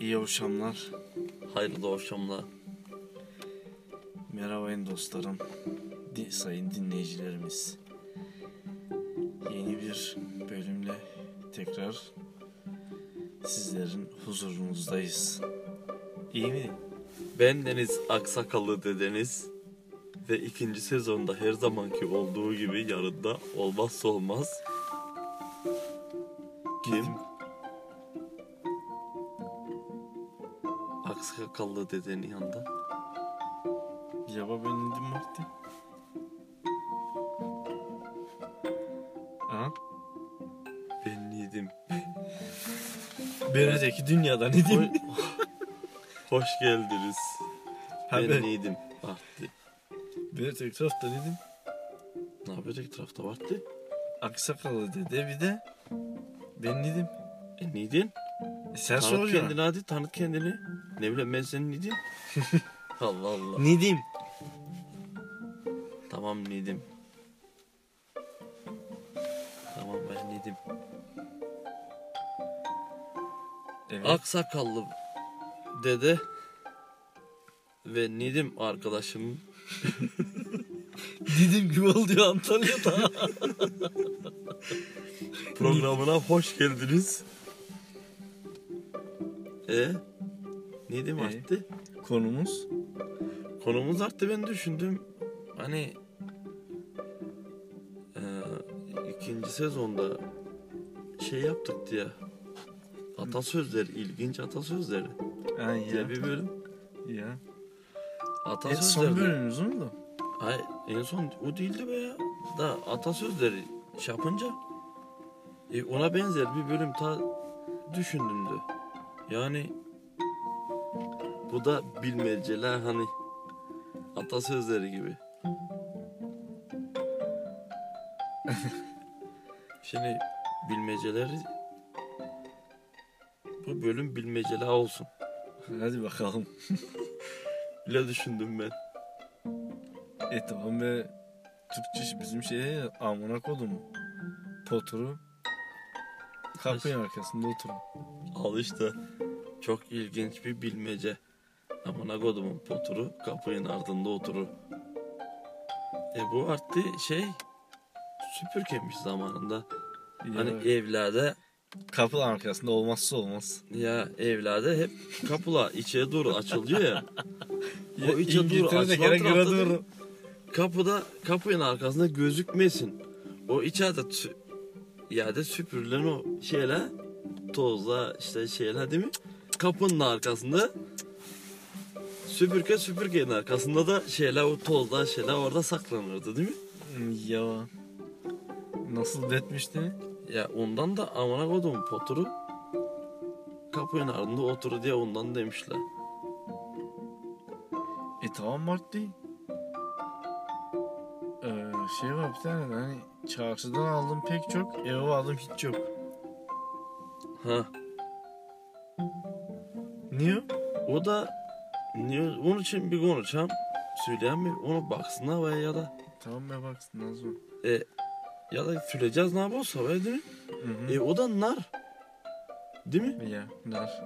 İyi akşamlar. Hayırlı akşamlar. Merhabayın dostlarım. Di- sayın dinleyicilerimiz. Yeni bir bölümle tekrar sizlerin huzurunuzdayız. İyi mi? Ben Deniz Aksakallı dedeniz ve ikinci sezonda her zamanki olduğu gibi yarında olmazsa olmaz kim? Aksakallı dedenin yanında. Cevap önünde mi vakti? Ha? Ben yedim. Öteki dünyada ne diyeyim? Hoş geldiniz. Ha, ben ben- yedim. Arttı. Bir öteki tarafta ne diyeyim? Ne yapacak tarafta vardı? Aksakallı dede bir de ben ne diyeyim? E neydin? E sen Tanıt soracaksın. kendini hadi tanıt kendini. Ne bileyim ben senin neydin? Allah Allah. Ne diyeyim? Tamam Nedim. Tamam ben Nedim. Evet. Aksakallı dede ve Nedim arkadaşım. Dedim gibi oldu ya Antalya'da. Programına hoş geldiniz. E Nedim E? arttı. Konumuz Konumuz arttı ben düşündüm. Hani e, ikinci sezonda şey yaptık diye. Atasözleri, ilginç atasözleri ha, diye ya. bir bölüm. ya. E, Atasözleri. son bölümümüz mü bu? Hayır, en son o değildi be ya. Da atasözleri şey yapınca e, ona benzer bir bölüm ta düşündümdü. Yani bu da bilmeceler hani atasözleri gibi. Şimdi bilmeceler bu bölüm bilmeceler olsun. Hadi bakalım. Bile düşündüm ben. E tamam be. Türkçe bizim şeye amına kodum. Poturu. Kapının arkasında oturun. Al işte. Çok ilginç bir bilmece. Amına kodumun poturu kapının ardında oturur. E bu arttı şey süpürgemiş zamanında. Hani Hani evlerde kapının arkasında olmazsa olmaz. ya evlerde hep kapıla içe doğru açılıyor ya. Ya, o içe doğru İngiltere'de açılan gerek tarafta yere da doğru. kapıda kapının arkasında gözükmesin. O içeride sü- yerde süpürülen o şeyler tozla işte şeyler değil mi? Kapının arkasında süpürge süpürgenin arkasında da şeyler o tozlar şeyler orada saklanırdı değil mi? Hmm, Ya. Nasıl detmişti? Ya ondan da amına koydum poturu kapının ardında otur diye ondan demişler. E tamam Mart değil. Ee, şey var bir tane de hani çarşıdan aldım pek çok, eve aldım hiç yok. Ha Niye? o da niye onun için bir konuşam söyleyen mi onu baksınlar veya ya da Tamam be baksın Nazım. E, ya da süreceğiz ne yapıyorsa öyle değil mi? Hı hı. E o da nar. Değil mi? Ya nar.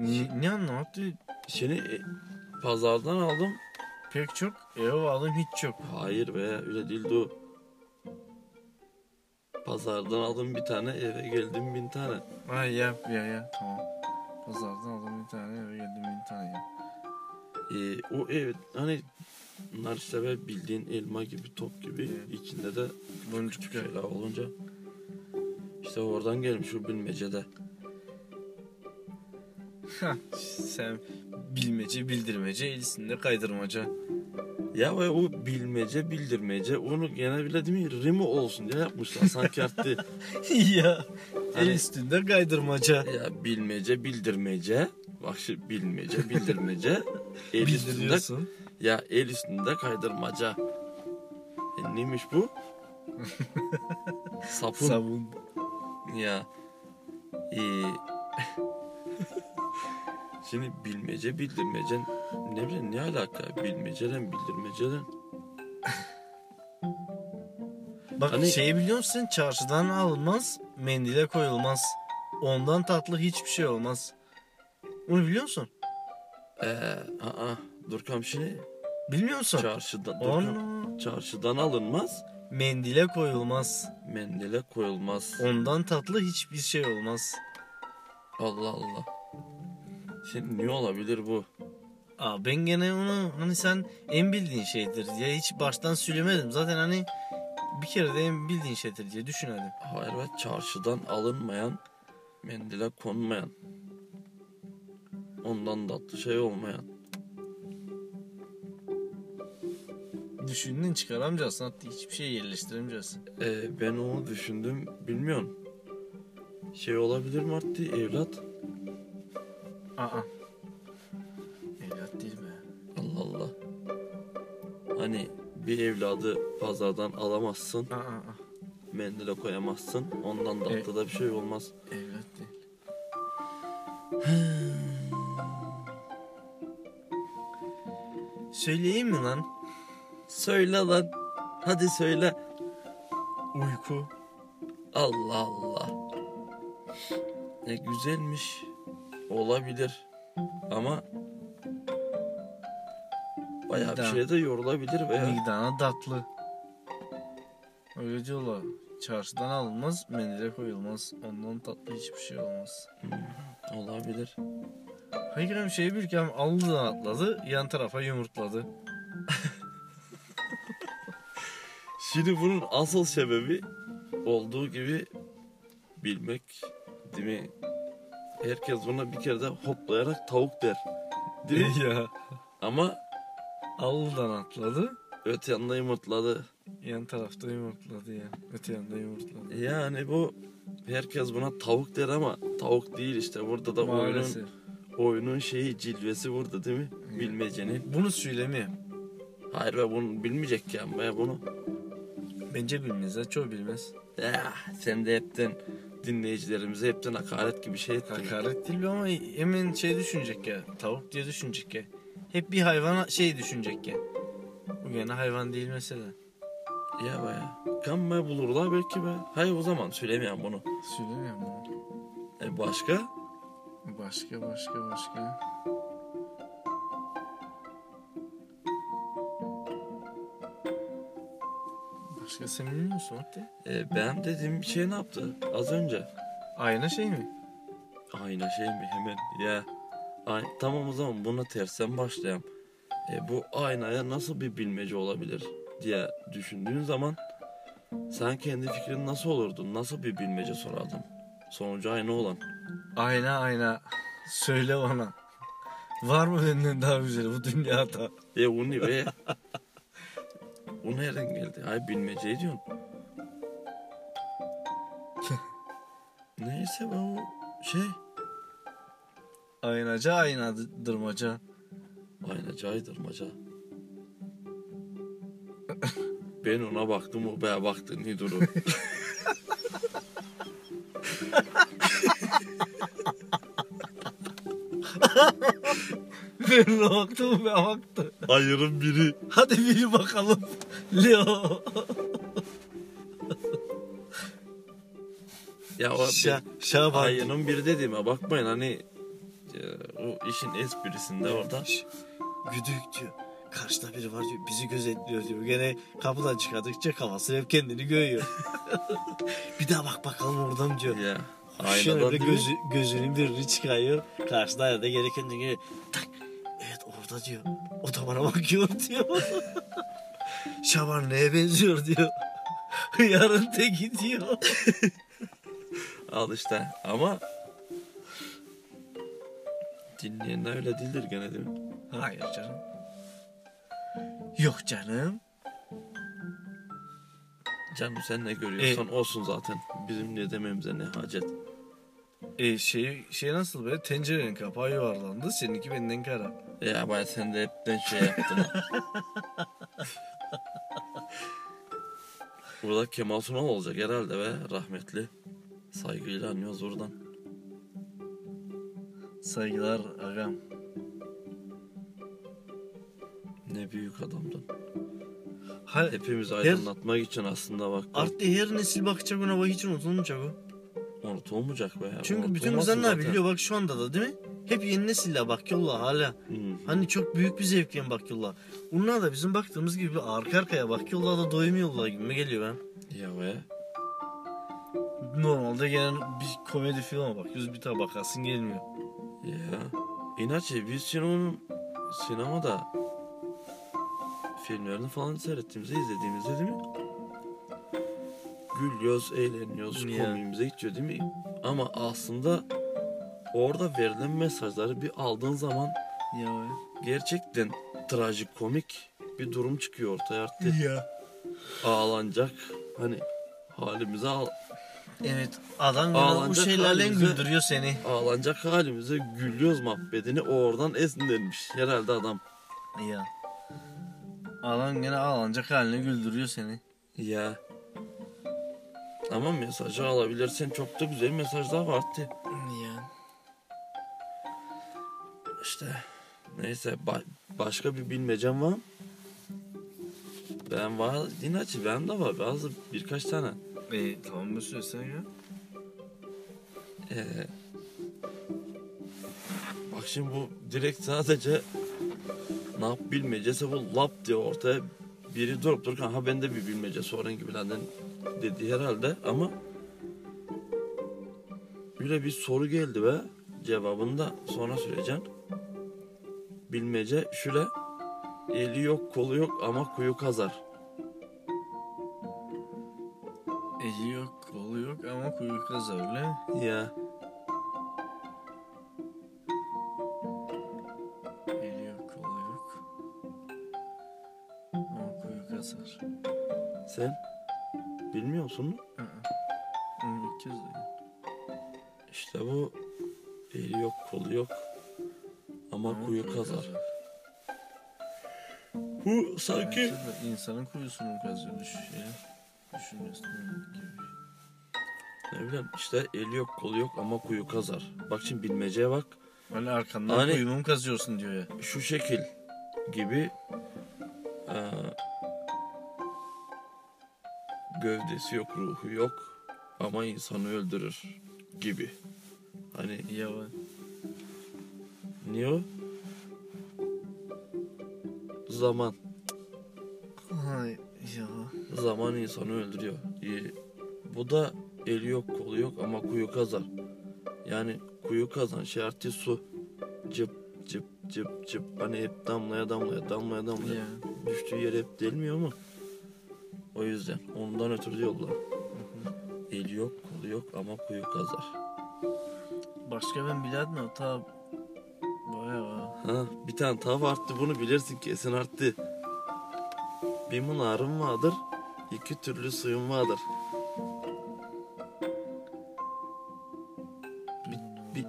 Ne, ne anlamadı? Seni e, pazardan aldım. Pek çok ev aldım hiç yok. Hayır be öyle değildi o. Pazardan aldım bir tane eve geldim bin tane. Ha ya ya ya tamam. Pazardan aldım bir tane eve geldim bir tane ya. E, o ev hani nar işte böyle bildiğin elma gibi top gibi Evet. içinde de Boncuk ya. şeyler olunca işte oradan gelmiş o bilmecede. Ha, Sen bilmece bildirmece elisinde kaydırmaca. Ya ve o bilmece bildirmece onu gene bile değil mi rimi olsun diye yapmışlar sanki arttı. ya el Hani- üstünde kaydırmaca. Ya bilmece bildirmece. Bak şimdi bilmece bildirmece. el üstünde Bildiriyorsun. ya el üstünde kaydırmaca. E, neymiş bu? Sapın Sabun. ya. Ee, şimdi bilmece bildirmece ne bileyim ne alaka bilmeceden bildirmeceden. Bak Hani- şeyi biliyor musun? Çarşıdan alınmaz, mendile koyulmaz. Ondan tatlı hiçbir şey olmaz. Onu biliyor musun? Ee, aa, Durkam şimdi Bilmiyor musun? çarşıdan, Durkam, Onu çarşıdan alınmaz, mendile koyulmaz. mendile koyulmaz. Ondan tatlı hiçbir şey olmaz. Allah Allah. Şimdi ne olabilir bu? Aa, ben gene onu hani sen en bildiğin şeydir diye hiç baştan söylemedim. Zaten hani bir kere de en bildiğin şeydir diye düşünelim. Hayır be, çarşıdan alınmayan, mendile konmayan. Ondan tatlı şey olmayan. Düşündün çıkaramayacağız. Hatta hiçbir şey yerleştiremeyeceğiz. Ee, ben onu düşündüm, bilmiyorum. Şey olabilir mi Artti, evlat? Aa. Evlat değil be. Allah Allah. Hani bir evladı pazardan alamazsın, Aa, aa. mendile koyamazsın. Ondan da E- atlı da bir şey olmaz. Evlat değil. Söyleyeyim mi lan? Söyle lan. Hadi söyle. Uyku. Allah Allah. Ne güzelmiş. Olabilir. Ama bayağı bir Nida. şeye de yorulabilir Ee? veya Midana tatlı. Öyle diyorlar. Çarşıdan alınmaz, mendile koyulmaz. Ondan tatlı hiçbir şey olmaz. olabilir. Hayır hem şey bir kem alnından atladı, yan tarafa yumurtladı. Şimdi bunun asıl sebebi olduğu gibi bilmek değil mi? Herkes buna bir kere de hoplayarak tavuk der. Değil mi? ya. Ama Alnından atladı, öte yanda yumurtladı. yan tarafta yumurtladı ya. Öte yanda yumurtladı. Yani bu herkes buna tavuk der ama tavuk değil işte burada E, da oyunun Maalesef. oyunun şeyi cilvesi burada değil mi? Evet. Bilmecenin. Bunu söylemi. Hayır be bunu bilmeyecek ya be bunu. Bence bilmez ha, çoğu bilmez. Eh, sen de hepten dinleyicilerimize hepten hakaret gibi şey ettin. Hakaret değil ama hemen şey düşünecek ya. Tavuk diye düşünecek ya. Hep bir hayvana şey düşünecek ya. Bu gene hayvan değil mesela. Ya be ya. Kan be bulurlar belki be. Hayır o zaman söylemeyen bunu. Söylemiyorum bunu. E başka? Başka başka başka. Başka sen bilmiyor musun Matti? E, ben dediğim bir şey ne yaptı az önce? Ayna şey mi? Ayna şey mi hemen ya. Ay, tamam o zaman buna tersten başlayalım. E, bu aynaya nasıl bir bilmece olabilir diye düşündüğün zaman sen kendi fikrin nasıl olurdu? Nasıl bir bilmece sorardın? Sonucu aynı olan. Ayna ayna. Söyle bana. Var mı benden daha güzeli bu dünyada? E o ne be? o nereden geldi? Ay bilmece diyorsun. Neyse be o şey. Aynaca aynadırmaca. Aynen caydır maca. ben ona baktım o be baktı ne duru. Ben baktı mı be baktı. Ayırın biri. Hadi bir bakalım. Leo. Ya o Şa Şaban. ayının biri dediğime bakmayın hani e, o işin esprisinde orada. Güdük diyor. Karşıda biri var diyor. Bizi gözetliyor diyor. Gene kapıdan çıkardıkça kafası hep kendini görüyor. bir daha bak bakalım oradan diyor. Ya. Şöyle Aynada değil mi? gözü, gözünün birini çıkarıyor. Karşıda aynada gene kendini görüyor. Tak. Evet orada diyor. O da bana bakıyor diyor. Şaban neye benziyor diyor. Yarın teki diyor. Al işte ama dinleyenler öyle değildir gene değil mi? Hayır canım. Yok canım. Canım sen ne görüyorsan olsun zaten. Bizim ne dememize ne hacet. E şey şey nasıl böyle tencerenin kapağı yuvarlandı seninki benden kara. Ya bay sen de hepten şey yaptın. ha. Burada Kemal Sunal olacak herhalde be rahmetli. Saygıyla anıyoruz buradan. Saygılar agam. Ne büyük adamdın. Ha, Hepimizi aydınlatmak için aslında bak. artık her nesil bakacak ona bak hiç unutulmayacak o. Unutulmayacak be. Çünkü bütün unutulmasın kızlar ne zaten. biliyor bak şu anda da değil mi? Hep yeni nesille bakıyorlar hala. Hmm. Hani çok büyük bir zevkle bakıyorlar. Onlar da bizim baktığımız gibi arka arkaya bakıyorlar da doymuyorlar gibi geliyor ben. Ya be. Normalde gelen bir komedi filme bakıyoruz bir tane bakasın gelmiyor. Ya. İnaçe biz sinemanın sinemada filmlerini falan seyrettiğimizde izlediğimizde değil mi? Gülüyoruz, eğleniyoruz, Ya. komiğimize gidiyor değil mi? Ama aslında orada verilen mesajları bir aldığın zaman Ya. gerçekten trajikomik bir durum çıkıyor ortaya artık. Ya. Ağlanacak hani halimize ağl- Evet adam Ağlanacak bu şeylerle halimize- güldürüyor seni. ağlanacak halimize gülüyoruz muhabbetini oradan esinlenmiş herhalde adam. Ya. Adam gene ağlanacak haline güldürüyor seni. Ya. Ama mesajı alabilirsen çok da güzel mesajlar vardı. Ya. İşte neyse ba- başka bir bilmecem var. mı? Ben var inatçı ben de var bazı birkaç tane. E, tamam mı söylesen ya? Ee, bak şimdi bu direkt sadece ne yap bilmecesi bu lap diye ortaya biri durup dururken ha bende bir bilmece sorun gibi lan dedi herhalde ama böyle bir soru geldi ve cevabını da sonra söyleyeceğim. Bilmece şöyle eli yok kolu yok ama kuyu kazar. Eli yok, kolu yok ama kuyruk az öyle. Ya Eli yok, kolu yok. Ama kuyruk azar. sen bilmiyor musun mu? Onu ilk kez duydum. İşte bu eli yok kolu yok ama Ama kuyu kuyruk kazar. azar. Bu sanki Bence de insanın kuyusunu kazıyor düşüyor. Düşünmesi gibi. ne bileyim işte eli yok kolu yok ama kuyu kazar. Bak şimdi bilmeceye bak Öyle arkandan Hani- kuyumu mu kazıyorsun diyor ya. şu şekil gibi e, eee, gövdesi yok ruhu yok ama insanı öldürür gibi. Hani Ya bak. niye o? Zaman. Ay ya. Zaman insanı öldürüyor. Ee, Bu da eli yok kolu yok ama kuyu kazar. Yani kuyu kazan şey artık su. Cıp cıp cıp cıp. Hani hep damlaya damlaya damlaya damlaya. Ya. Düştüğü yere hep delmiyor mu? O yüzden ondan ötürü diyorlar. Eli yok kolu yok ama kuyu kazar. Başka ben bilerdim ta bayağı. Ha, bir tane tav arttı bunu bilirsin kesin arttı. Bir mınarım vardır, iki türlü suyum vardır. Bir, bir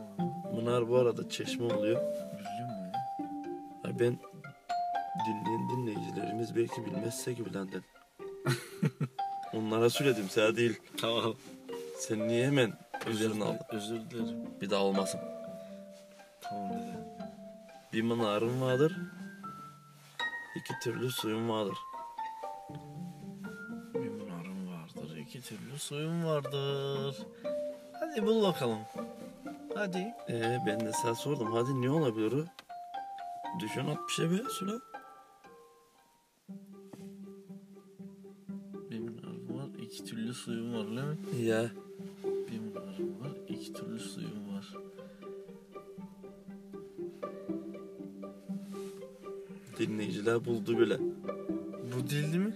mınar bu arada çeşme oluyor. Biliyor musun ya? Ay ben dinleyen dinleyicilerimiz belki bilmezse ki bilenden. Onlara söyledim sana değil. Tamam. Sen niye hemen üzerine aldın? Özür dilerim. Bir daha olmasın. Tamam dedi. Bir mınarım vardır. iki türlü suyum vardır. Bir mınarım vardır, iki türlü suyum vardır. Hadi bul bakalım. Hadi. Ee, ben de sana sordum. Hadi ne olabilir o? Düşün at bir şey be söyle. Bir mınarım var, iki türlü suyum var değil mi? Ya Bir mınarım var, iki türlü suyum var. dinleyiciler buldu bile. Bu dildi mi?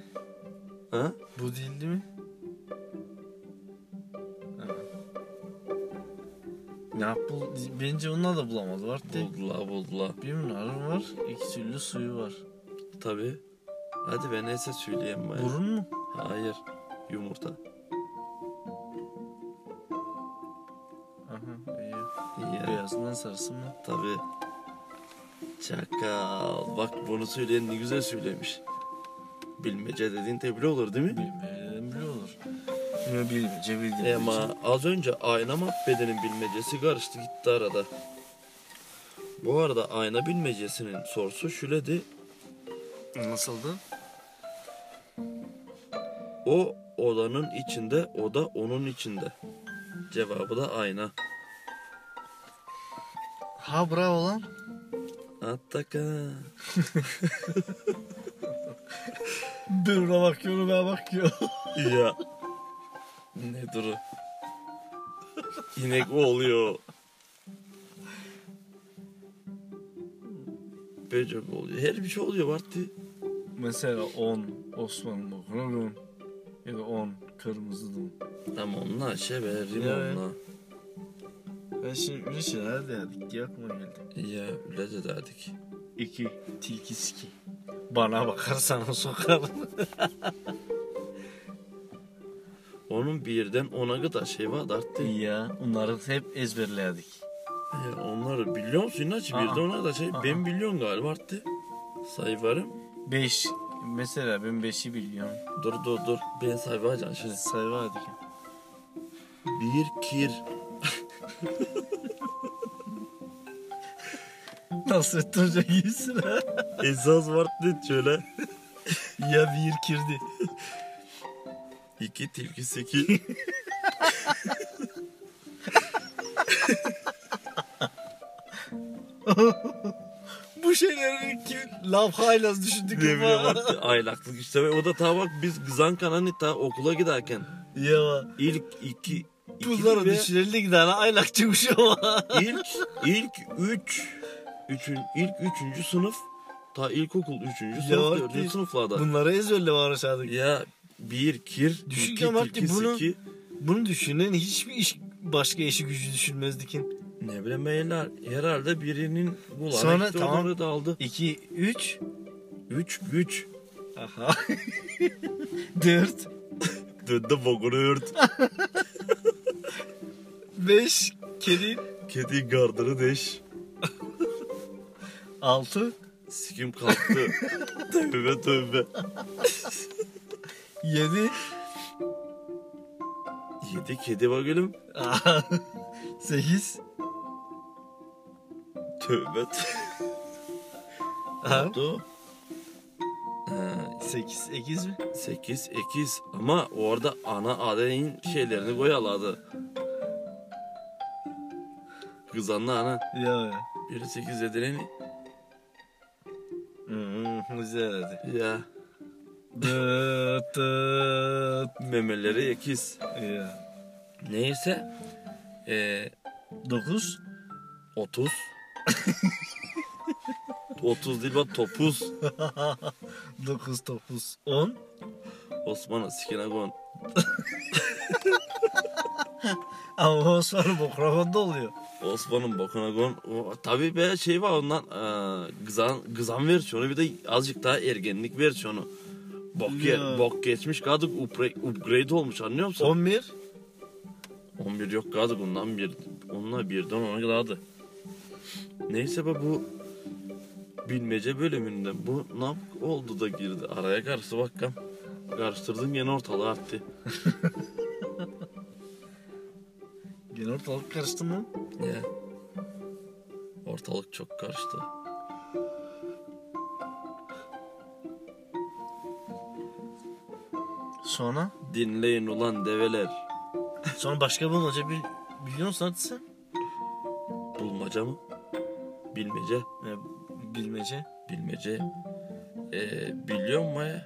Ha? Bu dildi mi? Ha. Ya bu, bence onlar da bulamadı. Var değil. Buldular buldular. Bir mınarım var, iki türlü suyu var. Tabii. Hadi ben neyse söyleyeyim ben. Burun mu? Hayır. Yumurta. Aha, iyi. Ya Beyazından sarısı mı? tabii. Çakal. Bak bunu söyleyen ne güzel söylemiş. Bilmece dediğin tebrik olur değil mi? Bilmeden bile olur. Bilmece bilmece bildiğin Ama az önce ayna mahvedenin bilmecesi karıştı gitti arada. Bu arada ayna bilmecesinin sorusu şöledi. için. Nasıldı? O odanın içinde, o da onun içinde. Cevabı da ayna. Ha bravo lan. Attaka. Bir ona bakıyor, ona bakıyor. Ya. Ne duru? İnek o oluyor. Böcek oluyor. Her bir şey oluyor Bartı. Mesela 10 Osman Bakırgın ya da 10 Kırmızı Dum. Tamam onunla şey veririm Evet. onunla. Ben şimdi bir şeyler dedik, yapma geldim. Ya öyle de derdik. 2 Tilki Siki. Bana bakarsan o sokar. Onun birden ona kadar şey var Bartı. Ya onları hep ezberledik. Ya E, onları biliyor musun Naci? Aa. Birden ona kadar şey Aa. ben biliyorum galiba Bartı. Sayvarım. 5 mesela ben 5'i biliyorum. Dur dur dur. Ben sayfa açacağım şimdi. Sayfa hadi. gel. Bir kir. Nasrettin Hoca giysin ha. Esas Bartı şöyle. Ya bir kirdi. İki tilki seki. Bu şeyleri kim? Laf haylaz düşündük Ne bileyim ama. artık aylaklık işte. Ve o da ta bak biz Zankan'a hani ta okula giderken Ya ilk iki, iki bunların ve düşünelim iki tane aylak çıkmış ama. ilk ilk üç üçün ilk üçüncü sınıf ta ilkokul üçüncü Ya sınıf artık dördüncü sınıflarda. Bunları ezberle var aşağıdaki. Ya bir kir, Düşün iki ya bak ki tilki bunu- seki. Bunu düşünen hiçbir iş başka işi gücü düşünmezdi ki. Ne bileyim beyler herhalde birinin bu Sonra Sonra tamam. tamam. da aldı. 2, 3. Üç güç. Aha. 4, Dönde bokunu ört. 5, kedi. Kedi gardını deş. 6, Sikim kalktı. tövbe tövbe. 7, Yedi kedi bakalım. 8. Tövbe tövbe. Oldu. 8, 8 mi? 8 8 ama orada ana adayın şeylerini koyaladı. Kızanlı ana. Ya. Biri 8 edileni. Hmm, güzel hadi. Ya Dıt dıt. memeleri 8. Ya. Neyse. Eee 9 30. 30 değil bak topuz. 9, 9, 10. Osman'a sikine kon. Ama Osman'ın bokrakonda oluyor. Osman'ın bokuna kon. O, tabii be şey var ondan. eee kızan, kızan versiyonu bir de azıcık daha ergenlik versiyonu. Bok, ye- Ya. bok geçmiş kadık upre- upgrade olmuş anlıyor musun? 11. 11 yok kaldık ondan bir onunla birden ona kadardı. Neyse be bu bilmece bölümünde bu ne oldu da girdi araya karşı bakkam. Karıştırdın gene ortalığı attı. Gene ortalık karıştı mı? Ya. Ortalık çok karıştı. Sonra? Dinleyin ulan develer. Sonra başka bir hoca bir biliyor musun hadi sen? Bulmaca mı? Bilmece. Ya, bilmece. Bilmece. Ee, biliyor musun Maya?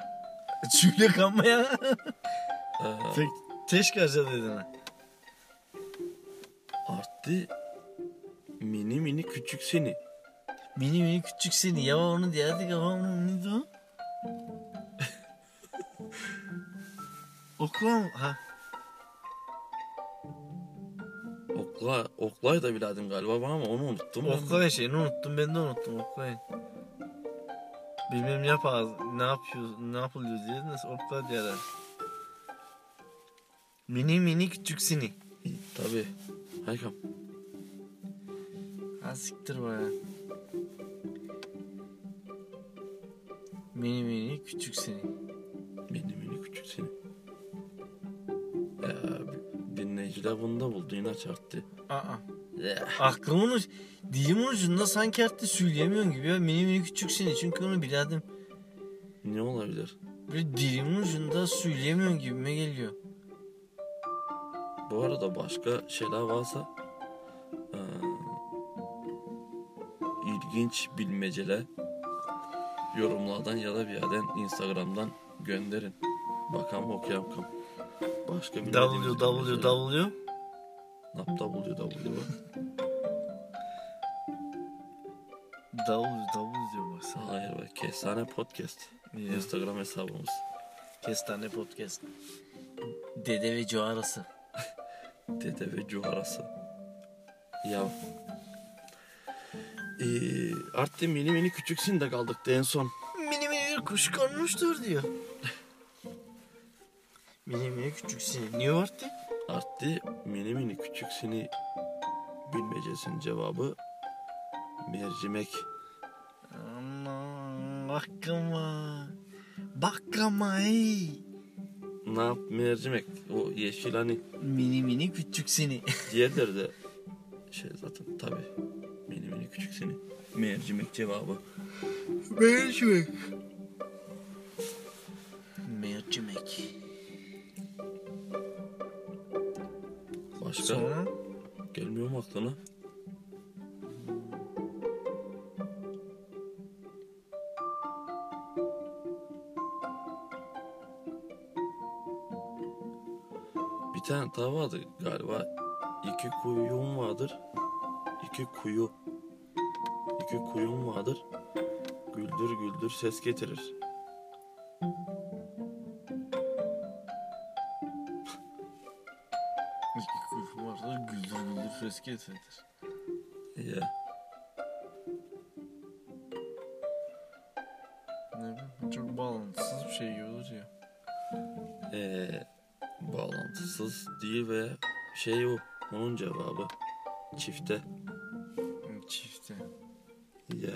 Çüylek ama ya. Ee, Tek, teşkarca dedin ha. arttı. Mini mini küçük seni. Mini mini küçük seni ya onu diyerdik ama onu neydi o? Okula mı? Ha. Okla, oklay da biladım galiba ben ama onu unuttum. ben. Okula şeyini unuttum ben de unuttum okula. Bilmem ne yapar, ne yapıyor, ne yapılıyor diye nasıl okula diyorlar. Mini mini küçük seni. Tabii. Haykam. Ha siktir bana. Mini mini küçük seni. Mini mini küçük seni. Ya, bi- dinleyiciler bunu da buldu. Ee, Yine çarptı. Aa. Ya, Aklımın uç, dilimin ucunda sanki artık söyleyemiyorum gibi ya. Mini mini küçük seni çünkü onu biladım. ne olabilir? Böyle dilimin ucunda söyleyemiyorum gibime geliyor. Bu arada başka şeyler varsa... eee, ilginç bilmeceler yorumlardan ya da bir yerden Instagram'dan gönderin. Bakalım okuyalım. kam. Başka bilmediğimiz Davuluyor, davuluyor, bilmeceler. davuluyor. Nap davuluyor davuluyor. Davul, davul diyor baksana. Hayır bak Kestane Podcast. Ya. Instagram hesabımız. Kestane Podcast. Dede ve Cuarası. Dede ve cuharası. Ya. Ee, artık mini mini küçüksün de kaldık da en son. Mini mini bir kuş konmuştur diyor. mini mini küçük seni. Niye vardı? Arttı mini mini küçük seni bilmecesinin cevabı mercimek. Aman bakma. Bakma ey. Ne yap mercimek? O yeşil hani Mini mini küçük seni. diğerleri de şey zaten tabi mini mini küçük seni. Mercimek cevabı. Mercimek. Mercimek. Başka Sonra gelmiyor mu aklına? Bir tane daha vardı galiba. İki kuyum vardır. İki kuyu. İki kuyum vardır. Güldür güldür ses getirir. İki kuyruğu vardır güldür güldür freske etsedir. Ya Ne bileyim çok bağlantısız bir şey gibi olur ya. ee, bağlantısız değil ve şey o. Onun cevabı. Çifte. Hı, Çifte. Ya.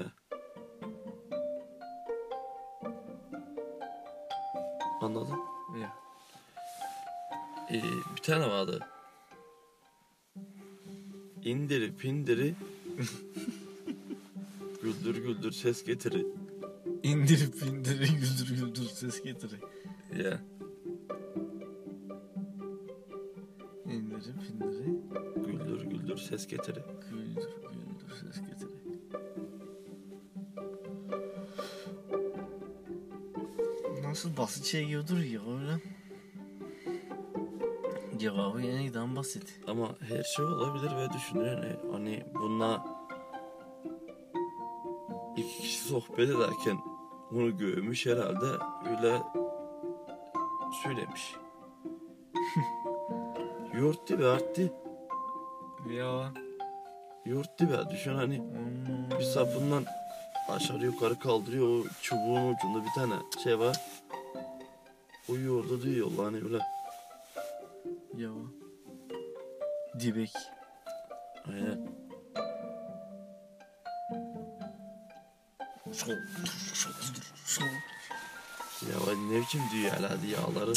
Anladım. Ya. Ee, bir tane vardı. İndiri pindiri. güldür güldür ses getirir. İndirip indirin güldür güldür ses getirin. Ya. İndirip indirin Güldür güldür ses getirir. güldür güldür ses getirin. nasıl basit şey yiyordur ya öyle. Cevabı yeniden basit. Ama her şey olabilir ve düşünüyorum hani bununla iki kişi sohbet ederken bunu görmüş herhalde öyle söylemiş. Yurtti ve arttı. Ya. Yurtti be düşün hani Hmm. bir sapından aşağı yukarı kaldırıyor o çubuğun ucunda bir tane şey var. Uyuyor orada diyor hani öyle. Ya. Dibek. Aynen. Sol, sol, sol. Ya ne biçim diyor herhalde yağları.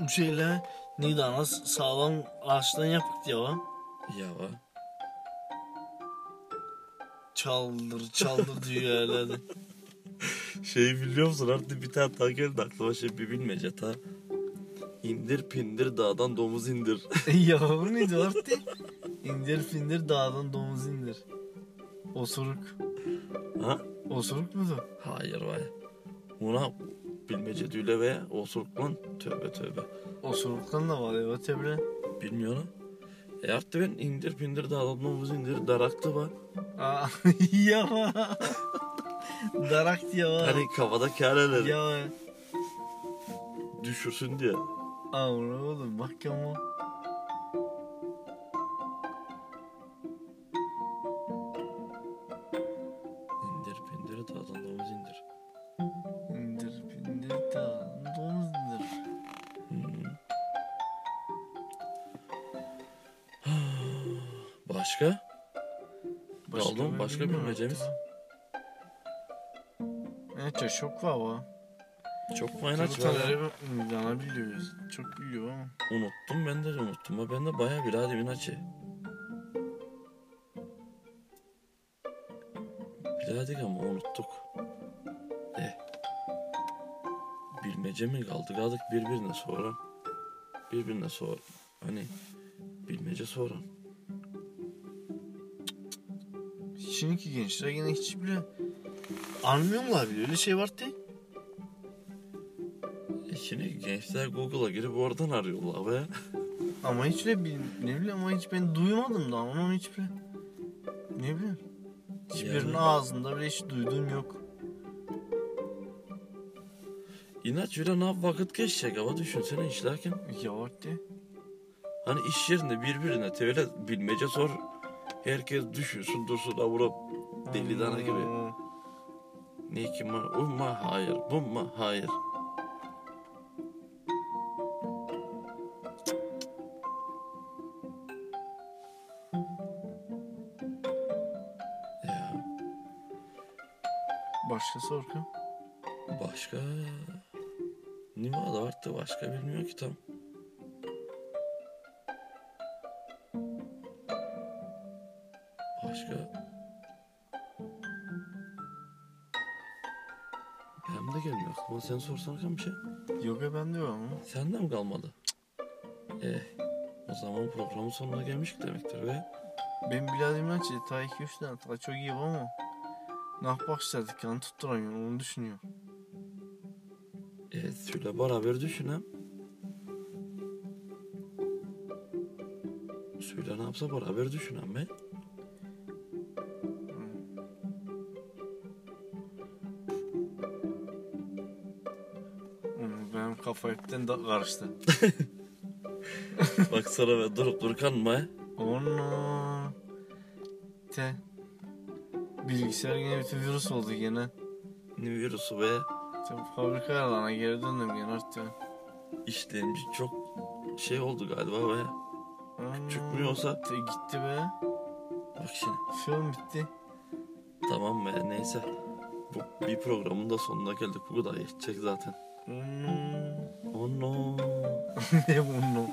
Bu şeyler neydi anas sağlam ağaçtan yapık diye lan. Yava. Çaldır çaldır diyor herhalde. Şeyi biliyor musun artık bir tane daha geldi aklıma şey bir bilmece ta. İndir pindir dağdan domuz indir. Yavru neydi artık? İndir findir dağdan domuz indir. Osuruk. ha? Osuruk muydu? Hayır vay. Buna bilmece düğle ve osuruklan tövbe tövbe. Osuruktan da var evet Emre. Bilmiyorum. E artık ben indir pindir dağdan domuz indir daraktı var. Aa, ya. Darak diye var. Hani kafada kâreleri Ya. düşürsün diye. Amına oğlum bak ama. İndir pindir dağdan domuz indir. İndir findir dağdan domuz indir. Başka? Yavrum, bir başka bilmiyorum bilmecemiz? hatta. Evet ya çok var var. Çok Kaç maynaç var. ya. tane yana biliyoruz. Çok biliyor ama. Unuttum ben de unuttum. Ha, Ben de bayağı bir hadi inaçı. Bilemedik ama unuttuk. Eh. Bilmece mi kaldı? Kaldık birbirine soran. Birbirine sor. Hani bilmece soran. Şimdiki gençler yine hiç bile Anlamıyorlar bile öyle şey var değil. E Şimdi gençler Google'a girip oradan arıyorlar be. ama hiç de bil, ne bileyim ama hiç ben duymadım da onun hiç bile ne bileyim hiçbirinin Yani. ağzında bile hiç duyduğum yok. İnat öyle ne yap- vakit geçecek ama düşünsene işlerken. Ya var de. Hani iş yerinde birbirine böyle bilmece sor. Herkes düşünsün dursun avura deli dana Hmm. gibi. Ne ki ma, o ma hayır, bu ma hayır. Ya Başka sorku. başka... Nima da vardı başka bilmiyor ki tam. Başka... Hem de gelmiyor aklıma. Sen sorsan kan bir şey. Yok ya ben diyorum ama. Senden mi kalmadı? Eh, o zaman programın sonuna gelmişik demektir be. Ben biladerim lan çizdi. Ta 2-3 tane ta çok iyi ama. Nah başladık yani tutturamıyorum onu düşünüyorum. Evet, Eh, şöyle beraber düşünem. Söyle ne yapsa beraber düşünem be. Onu Hmm, benim kafa hepten da karıştı. Bak sana ben durup durup kanma. Onu te bilgisayar yine bütün virüs oldu gene. Ne virüsü be. Te fabrika alana geri döndüm gene artık. İşlemci çok şey oldu galiba be. Ana, Çıkmıyorsa. Te gitti be. Bak şimdi. Film bitti. Tamam be neyse. Bu bir programın da sonuna geldik. Bu kadar yetecek zaten. Onu- Oh no. ne bunu?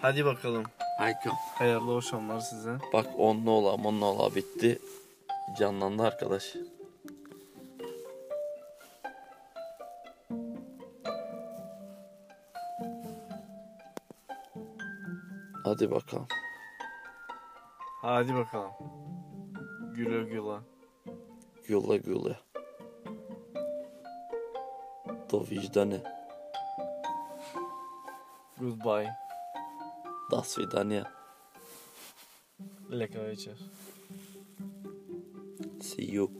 Hadi bakalım. Aykın. Hayırlı akşamlar size. Bak oh onunla ola onunla ola bitti. Canlandı arkadaş. Hadi bakalım. Hadi bakalım. Güle güle. Yola yola. Do vicdanı. Goodbye. Da svidaniya. Lekker večer. See you.